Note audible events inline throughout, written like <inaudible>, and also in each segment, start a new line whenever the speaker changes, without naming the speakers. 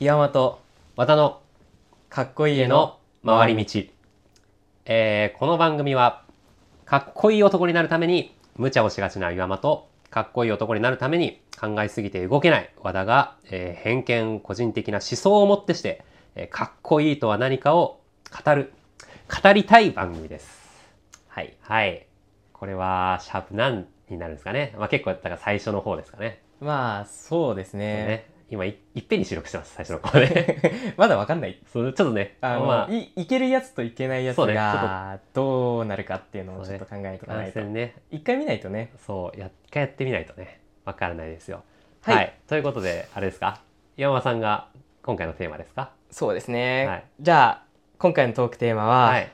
岩間と
綿の
かっこいい絵の
回り道、えーこの番組はかっこいい男になるために無茶をしがちな岩間とかっこいい男になるために考えすぎて動けない和田が、えー偏見個人的な思想をもってして、えーかっこいいとは何かを語る語りたい番組です
はい
はいこれはシャープ何になるんですかね、まあ、結構だから最初の方ですかね,、
まあそうですね
ね今いいっぺんに収録してます最初の
<laughs>
方で
まだわかんない
そうちょっとね
あの、
まあ
いいけるやつといけないやつ
そうねち
がどうなるかっていうのをち
そ
ょ
う
っと
ね
考えていかな
感
いと、
染ね
一回見ないとね
そう、やっ一回やってみないとね、わからないですよ。
はい
ということで、あれですか岩間さんが今回のテーマですか
そうですね、
はい
じゃあ今回のトークテーマは、
はい。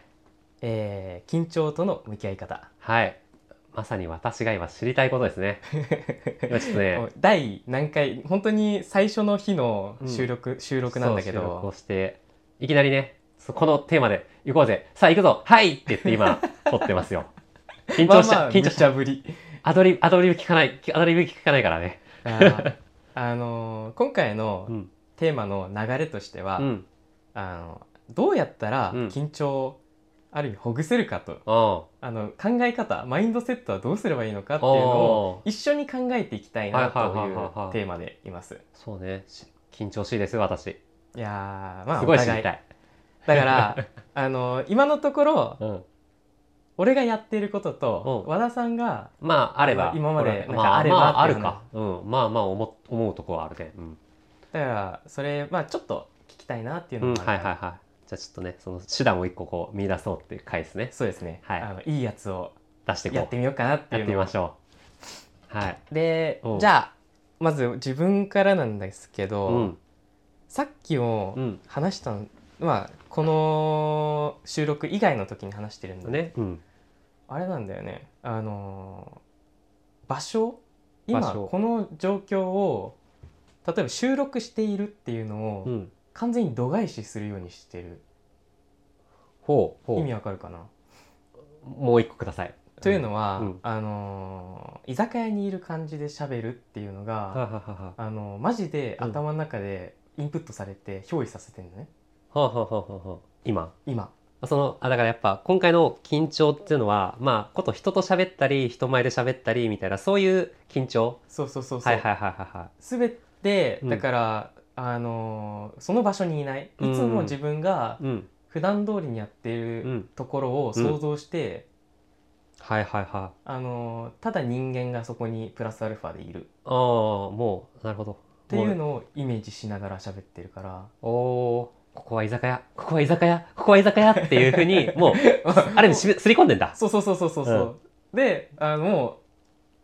えー緊張との向き合い方
はい。まさに私が今知りたいことで
<laughs>
すね。今ちょっとね、
第何回本当に最初の日の収録、収録なんだけ
そう収録を
ど
して、いきなりね、そこのテーマで行こうぜ、さあ行くぞ、はいって言っ
<laughs>
て今、撮ってますよ。緊張し
まあま
た、
あ
緊
無
張し
茶ぶり
アドリブ、アドリブ聞かない、アドリブ聞かないからね。
あーあのー今回の
うん。
テーマの流れとしては、
うん。うん。
あのどうやったら
うん
緊張をある意味ほぐせるかと、
お
あの考え方マインドセットはどうすればいいのかっていうのを
おー
一緒に考えていきたいなとい
は
う
いはいはいはいはい
テーマでいます。
そうね。し緊張しいですよ、私。
いやーまあ
すごい
お
知
互
りたい。
だから <laughs> あの今のところ
うん。
俺がやっていることと
うん
和田さんが
まああれば
今まで
俺
なんかあれば
まあ、あ
ってい
る
う
か、うん、まあまあ思思うとこはあるねうん、
だからそれまあちょっと聞きたいなっていうの
うん
も
はいはい
い、
はいじゃあちょっとねその手段を一個こう見出そうっていう回ですね
そうですね、
はい
あのいいやつを
出してこう
やってみようかなっていう
やって
の
み
を
ましょうはい
で
うん
じゃあまず自分からなんですけど、
うん
さっきも
うん
話したんまあこの収録以外の時に話してるんだ
ね、うん、
あれなんだよねあのー場所今
場所
この状況を例えば収録しているっていうのを、
うん、
完全に度外視するようにしてる
ほうほう
意味わかるかな、
もう一個ください
というのは、
うん
あのー居酒屋にいる感じで喋るっていうのが、
はははは
あのマジで
うん
頭の中でインプットされて憑依させてるのね
ははははは今
今
そのあだからやっぱ今回の緊張っていうのはまあこと人と喋ったり人前で喋ったりみたいなそういう緊張
そうそうそうそう、
はいはいはいはいはい
全て
うん
だから、あのーその場所にいないいつ
うん
も自分が
うん
普段通りにやって
う
る
ん
ところを想像して、
はいはいはい
あのーただ人間がそこにプラスアルファでいるっ
ああもうなるほどって
いうのをイメージしながら喋ってるから
おおーここは居酒屋ここは居酒屋ここは居酒屋っていうふうに <laughs> もうあれにしめすり込んでんだ
<laughs> そうそうそうそうそうそう、であのも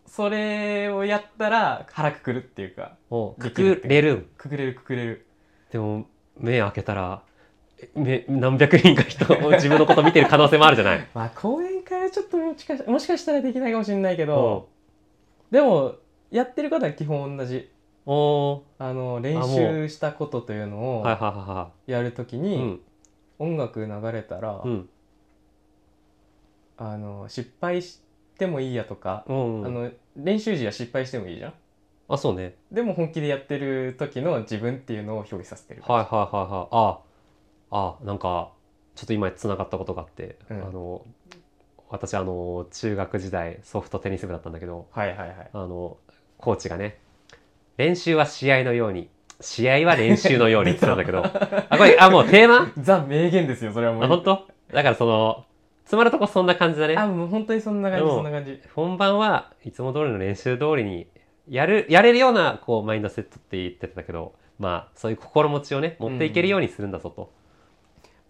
うそれをやったら腹くくるっていうか
もう
できるっ
隠
て
れるん
くくれるくくれる
でも目開けたらえ目何百人か人を自分のこと見てる可能性もあるじゃない
まあ講演会はちょっともしかしもしかしたらできないかもしれないけ
お
ど、でもやってることは基本同じ
お
あの練
あも
習したことというの
ーはい
を
はいはいは
やるとき
い
に、
うん
音楽流れたら、
うん
あの失敗してもいいやとか、
うん
あの練習時は失敗してもいいじゃん
あそうね
でも本気でやってる時の自分っていうのを表現させてる、
はいはいはいはいああなんかちょっと今つながったことがあって、
うん
あの私あの中学時代ソフトテニス部だったんだけど
はい、はいはいはい
あの、コーチがね、練習は試合のように、試合は練習のようにって言っ
<laughs>
てたんだけど、あ、これ、あ、もうテーマ
ザ名言ですよそれはもう
あ、本当だからその、つまるとこそんな感じだね。
あもう本当にそんな感
で
じ
も
そんな感じ
本番はいつも通りの練習通りに、やる、やれるような、こう、マインドセットって言ってたけど、まあ、そういう心持ちをね、持っていけるようにするんだぞと。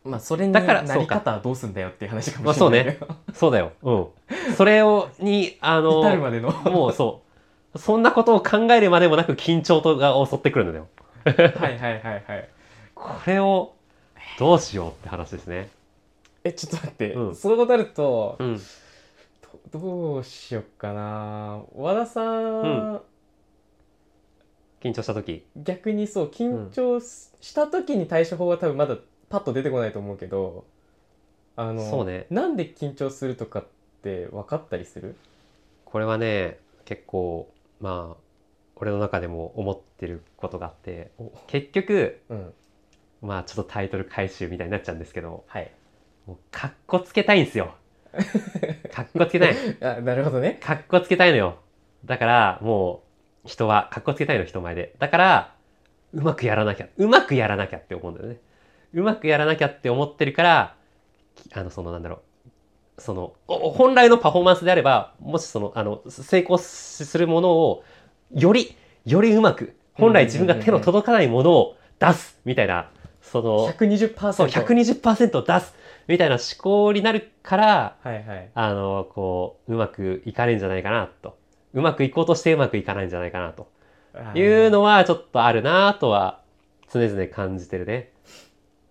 まあそれに
だから
なり方はどうすんだよっていう話か
ま
も
あ
しれ
そう
ないけ
ね
<laughs> ど、。
そうだよ。うん。それを、に、あの、
至る
<laughs>
までの
もうそう。そんなことを考えるまでもなく緊張とが襲ってくるんだよ。
はいはいはいはい。
これをどうしようって話ですね。
え、ちょっと待って、
うん
そうなると、
うん。
どどうしよっかな。和田さん、
緊張した時。
逆にそう、緊張すした時に対処法は多分まだパッと出てこないと思うけど、あの、
そうね
なんで緊張するとかって分かったりする
これはね、結構、まあ、俺の中でも思ってることがあって
お
結局
うん
まあちょっとタイトル回収みたいになっちゃうんですけど
はい
もうかっこつけたいんです <laughs> よかっこつけたい
あなるほどね
かっこつけたいのよだからもう人はかっこつけたいの人前でだからうまくやらなきゃうまくやらなきゃって思うんだよねうまくやらなきゃって思ってるからきあのそのなんだろうそのお本来のパフォーマンスであればもしそのあの成功しするものをよりよりうまく本来自分が手の届かないものを出すみたいなその
120%
そう120%出すみたいな思考になるから
はいはい
あの、こう、うまくいかねえんじゃないかなと。うまくいこうとしてうまくいかないんじゃないかなと。
あー
いうのはちょっとあるなとは常々感じてるね。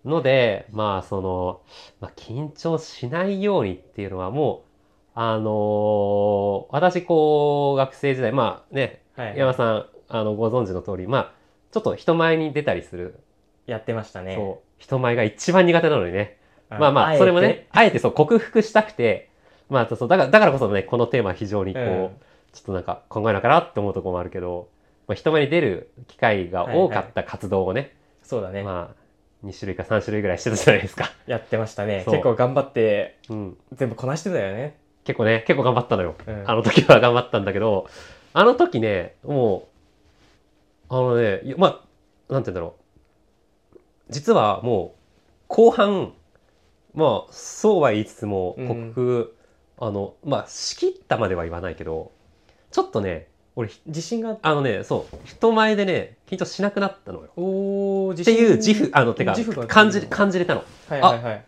ので、まあその、まあ、緊張しないようにっていうのはもう、あのー私こう、学生時代、まあね、
はい
山田さん、あの、ご存知の通り、まあ、ちょっと人前に出たりする。
やってましたね
そう。人前が一番苦手なのにね。まあまあ、
えて
それもね、あえてそう、克服したくて、まあ、そう、だから、だからこそね、このテーマは非常にこう、
うん
ちょっとなんか考えなきゃなって思うところもあるけど、まあ、人前に出る機会が多かった活動をね、
そうだね
まあ、2種類か3種類ぐらいしてたじゃないですか。
やってましたね
そう
結構頑張って
うん。
全部こなしてたよね
結構ね、結構頑張ったのよ。
うん
あの時は頑張ったんだけど、あの時ね、もう、あのね、いやまあ、なんて言うんだろう。実はもう、後半、まあ、そうは言いつつも、
うん
克服、あの、まあ、仕切ったまでは言わないけど、ちょっとね、俺、ひ
自信があっ
あのね、そう、人前でね、緊張しなくなったのよ。
おー
っ
自
て
信
いう自負、あの、てか
自負が、
感じ、感じれたの。
はいはいはい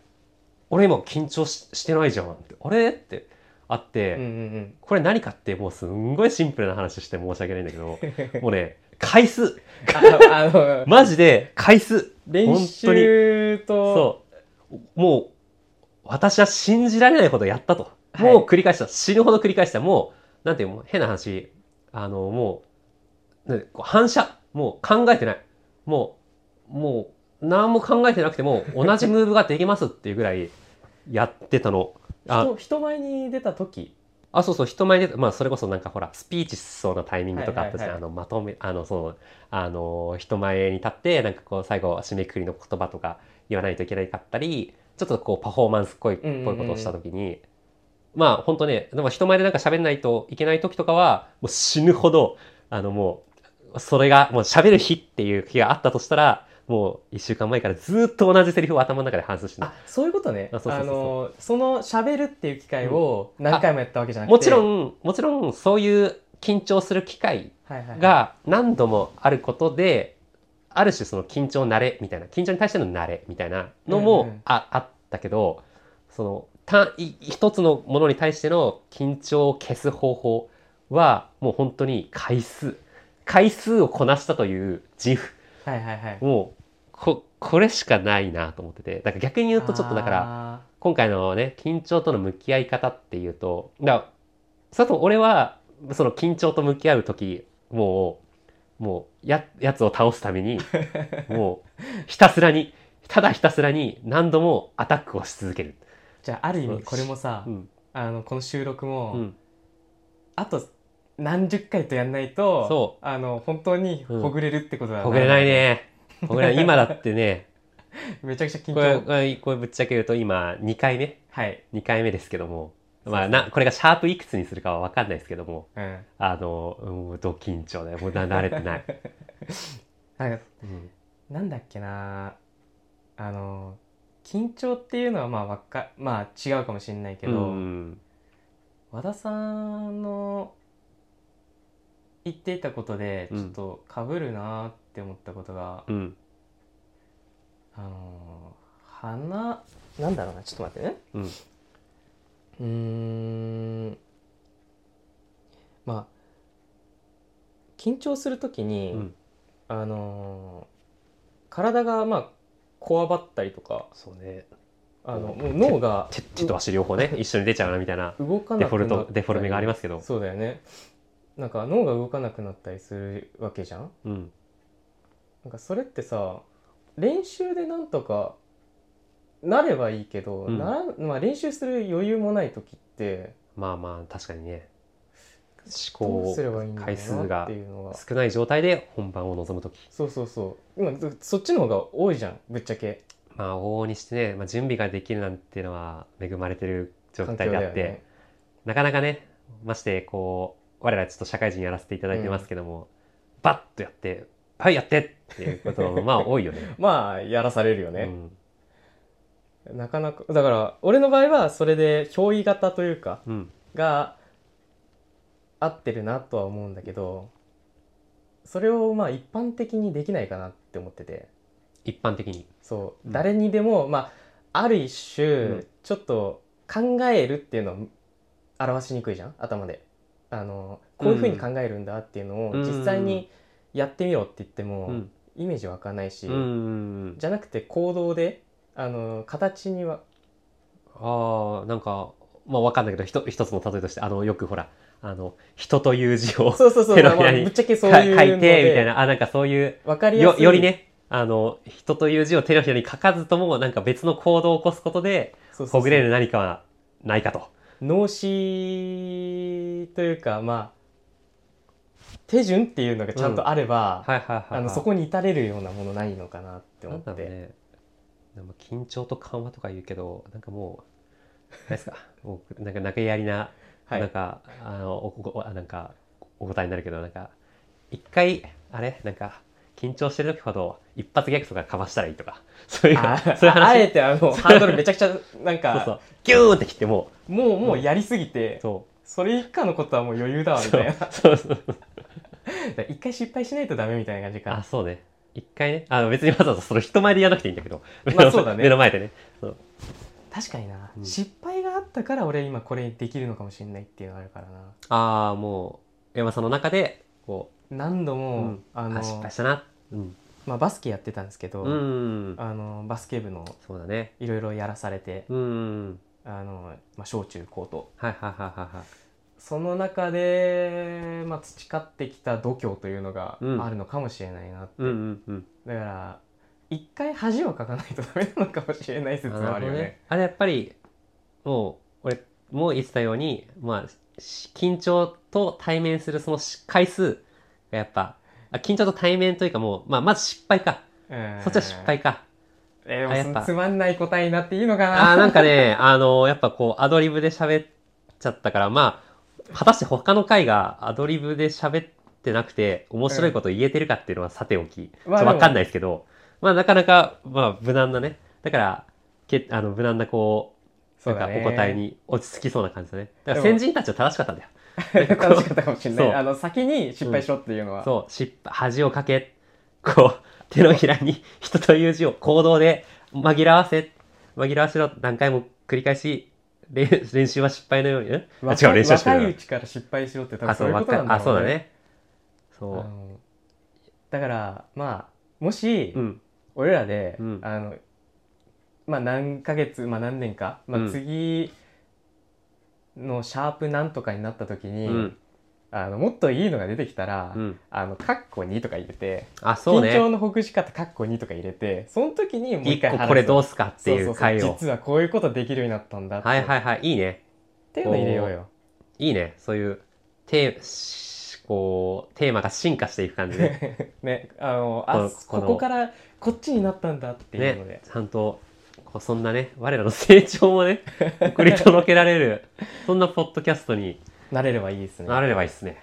俺今緊張ししてないじゃんって、あれってあって、
うんうん
これ何かってもうすんごいシンプルな話して申し訳ないんだけど <laughs>
うん <laughs>
もうね回数
ああ
<laughs>
の
マジで回数
練習と
そうもう私は信じられないことをやったともう繰り返した、死ぬほど繰り返したもうなんていうの変な話あのもうねこう反射もう考えてないもうもう何も考えてなくても同じムーブができますっていうぐらいやってたのあ
人人前に出た時
あ、そうそう、人前で、まあ、それこそなんかほら、スピーチしそうなタイミングとかあったじゃん。
はいはい
あの、まとめ、あの、その、あの、人前に立って、なんかこう、最後、締めくくりの言葉とか言わないといけないかったり、ちょっとこう、パフォーマンスっぽい、っぽ
うんうんうん
いことをしたときに、まあ、本当ね、でも人前でなんか喋んないといけない時とかは、もう死ぬほど、あの、もう、それが、もう喋る日っていう日があったとしたら、もう、一週間前からずっと同じセリフを頭の中で反芻して
あそういうことね
あそうそう
あ
そうそ
のその喋るっていう機会を何回もやったわけじゃなくて
もちろ
ん
ん、もちろん、そういう緊張する機会
はいはいはい
が何度もあることである種その緊張慣れみたいな緊張に対しての慣れみたいなの
うんう
も
ん
あ,、あったけどその単い一つのものに対しての緊張を消す方法はもう本当に回数回数をこなしたという自負
はいはいはい
もうここれしかないなと思っててだから逆に言うとちょっとだから
ら
今回のね緊張との向き合い方っていうとだから佐藤俺はその緊張と向き合う時もうもうややつを倒すためにもうひたすらにただひたすらに何度もアタックをし続ける、
じゃあある意味これもさ
うん
あのこの収録も、
うん
あと何十回とやんないと
そ
あの本当にほぐれるってことだな、
ほぐれないねほぐれない今だってね
めちゃくちゃ緊
これ
張
これこれぶっちゃけ言うと今2回目
はい、
2回目ですけどもまあなこれがシャープいくつにするかは分かんないですけども
うん、
あのもうド緊張だよもうな慣れてない、
<laughs> なんか
うん
なんだっけなあの緊張っていうのはまあわっかまあ違うかもしれないけど、
うん
和田さんの言っていたことで
う
ちょ
ん
っとかぶるなって思ったことが、
うん
あの花なんだろうなちょっと待ってね
うん
うーんまあ緊張するときに、
うん
あのー体がまあこわばったりとか
そうね
あの
うん
もう脳が
手手と足両
<laughs>
方ね一緒に出ちゃうなみたいな
動か
デ
な
フォ
くな
ル
った
ト
り
デフォルメがありますけど
そうだよねなんか脳が動かなくなったりするわけじゃん
うん
なんかそれってさ練習でなんとかなればいいけど、
うん
ならまあ、練習する余裕もない時って
まあまあ確かにね
どう
考
すればいいんだろ
回数
うなっ
が
ていうのが
少ない状態で本番を臨む時
そうそうそう今ずそっちの方が多いじゃんぶっちゃけ
まあ往々にしてね、まあ、準備ができるなんていうのは恵まれてる状
環境
態であ
だよ
って、
ね
なかなかねましてこう我らちょっと社会人やらせていただいてますけども、バッとやって「はいやって!」っていうこともまあ多いよね。
まあやらされるよ <laughs>
う
ね、
ん
なかなかだから俺の場合はそれで憑依型というか
うん
が合ってるなとは思うんだけどそれをまあ一般的にできないかなって思ってて
一般的に。
そう、
うん
誰にでもまあある一種、
うん
ちょっと考えるっていうのは表しにくいじゃん頭であのこういうふうに考えるんだっていうのを
うん
実際にやってみろって言っても、
うん
イメージ湧かないし、
うんうんうん
じゃなくて行動であの形には
ああなんかまあわかんないけどひと一つの例えとしてあのよくほらあの人という字を
そうそうそう、
<laughs> 手
まあ
のひ
まあ
らに
ぶっちゃけそう
か
いう
書い
の
てみたい
で
なあなんかそういう
分かりや
よ
すい
よりねあの人という字を手のひらに書かずともなんか別の行動を起こすことで
そうそうそう
ほぐれる何かはないかと。
脳死というかまあ手順っていうのがちゃんとあれば、
はいはいはいはい、
あのそこに至れるようなものないのかなって
な
思っ
んだろう
て、
ね。でも緊張と緩和とか言うけど、なんかもう、あれですか、もうなんか投げやりな、
はい
なんか、あの、おおおなんか、お答えになるけど、なんか、一回、あれなんか、緊張してる時ほど、一発ギャグとかかましたらいいとか、 <laughs> そういう、
あ
そういう話。
あえてあのハードルめちゃくちゃなん
そう
か
そう、ギューンって切っても
もうもうやりすぎて、
う、そ
それ以下のことはもう余裕だ
う、
わみ
そ
たいうな、
そうそう。
<laughs> 一回失敗しないとダメみたいな感じ
あ、
か
そうね。一回ね、あの別にわざわざその人前でやらなくていいんだけど、目
まあ
の
そうだね
目の前でね。
確かにな、
うん
失敗があったから俺今これできるのかもしれないっていうのがあるからな
ああ、もう、山さんの中で、こう、
何度も、
うん
あの
あ失敗したな、うん、
まあ、バスケやってたんですけど、
うん
あのバスケ部の
そうだね
いろいろやらされて、
うん
あのまあ、小中高と
はいはいはいはいはい
その中で、まあ、培ってきた度胸というのが
うん
あるのかもしれないなって、
うんうんうん
だから一回恥をかかないとダメなのかもしれない説はあるよね
あれやっぱりもう俺もう言ってたようにまあし緊張と対面するそのし回数がやっぱあ緊張と対面というかもう、まあ、まず失敗か
うん
そっちは失敗か
えー
あやっ
でも
ぱ
つつまんない答えになっていいのかな
あーなんかね <laughs> あのやっぱこうアドリブで喋っちゃったからまあ果たして他の回がアドリブで喋ってなくて面白いこと言えてるかっていうのはさておき、
まあ
ち
で
ょ
も
わかんないですけど、まあなかなか、まあ無難なね。だから、けあの無難なこう、
そ
な
うんだ
か
ね
お答えに落ち着きそうな感じだね。だから
でも
先人たちは正しかったんだよ。
楽しかったかもしれな
そ
いうあの先に失敗しろっていうのは、
そう、失敗、恥をかけ、こう、手のひらに人という字を行動で紛らわせ、紛らわしろ、何回も繰り返し、れん練習は失敗のように、んあ、
若
違う、
い
練習は失
若
敗
いう
よ。
ちから失敗しろって多
あ、
分
そ
そう
う、
いう
わ
こと
か
なんだ
あ、
ろ
そうう
ね
だね。
あ
そ
のだからまあもし、
う。うん。
俺らで、
うん
あのまあ何ヶ月、まあ、何年か、ま
う
あ、
ん
次のシャープなんとかになった時
う
に、
ん。
あのもっといいのが出てきたら「
うん。
あのカッコ2」とか入れて、
あ、そう
緊張
ね。
のほぐし方「カッコ2」とか入れてその時にもう一
一
回
個
話
これど
う
うすかっていう回
そうそう
を
そう。実はこういうことできるようになったんだって,、
はいはいはい、いいね。
っていうの入れようよ。
いいね。そういう、テー、しこう、テーマが進化していく感じで。
ね、あのあ
こ
こ
の
こからこっちになったんだっていうので、
ね。ちゃんと、こうそんなね、我らの成長も
<laughs>
ね、送り届けられる、そんなポッドキャストに
なれればいいですね。
なれればいいっすね。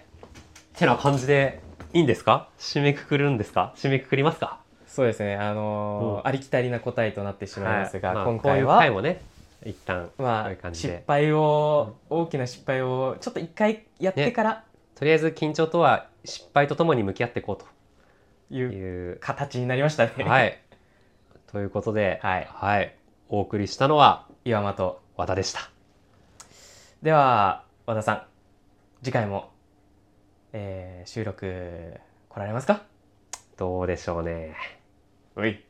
てな感じで、いいんですか締めくくるんですか締めくくりますか
そうですね、あのー
うん
ありきたりな答えとなってしまいますが、
はいまあ
今回
こういう回
は、
もね、一旦、
ま
こ
あ
ういう感じで
失敗を、大きな失敗をちょっと一回やってから
とりあえず緊張とは失敗とともに向き合っていこう
い
と
う <laughs>
いう、
形になりましたね。、
はいい。ということで、
<laughs> はい
はい。お送りしたのは、
岩間と。
和田でした。
では和田さん、次回も、えー収録来られますか？
どうでしょうね。
おい。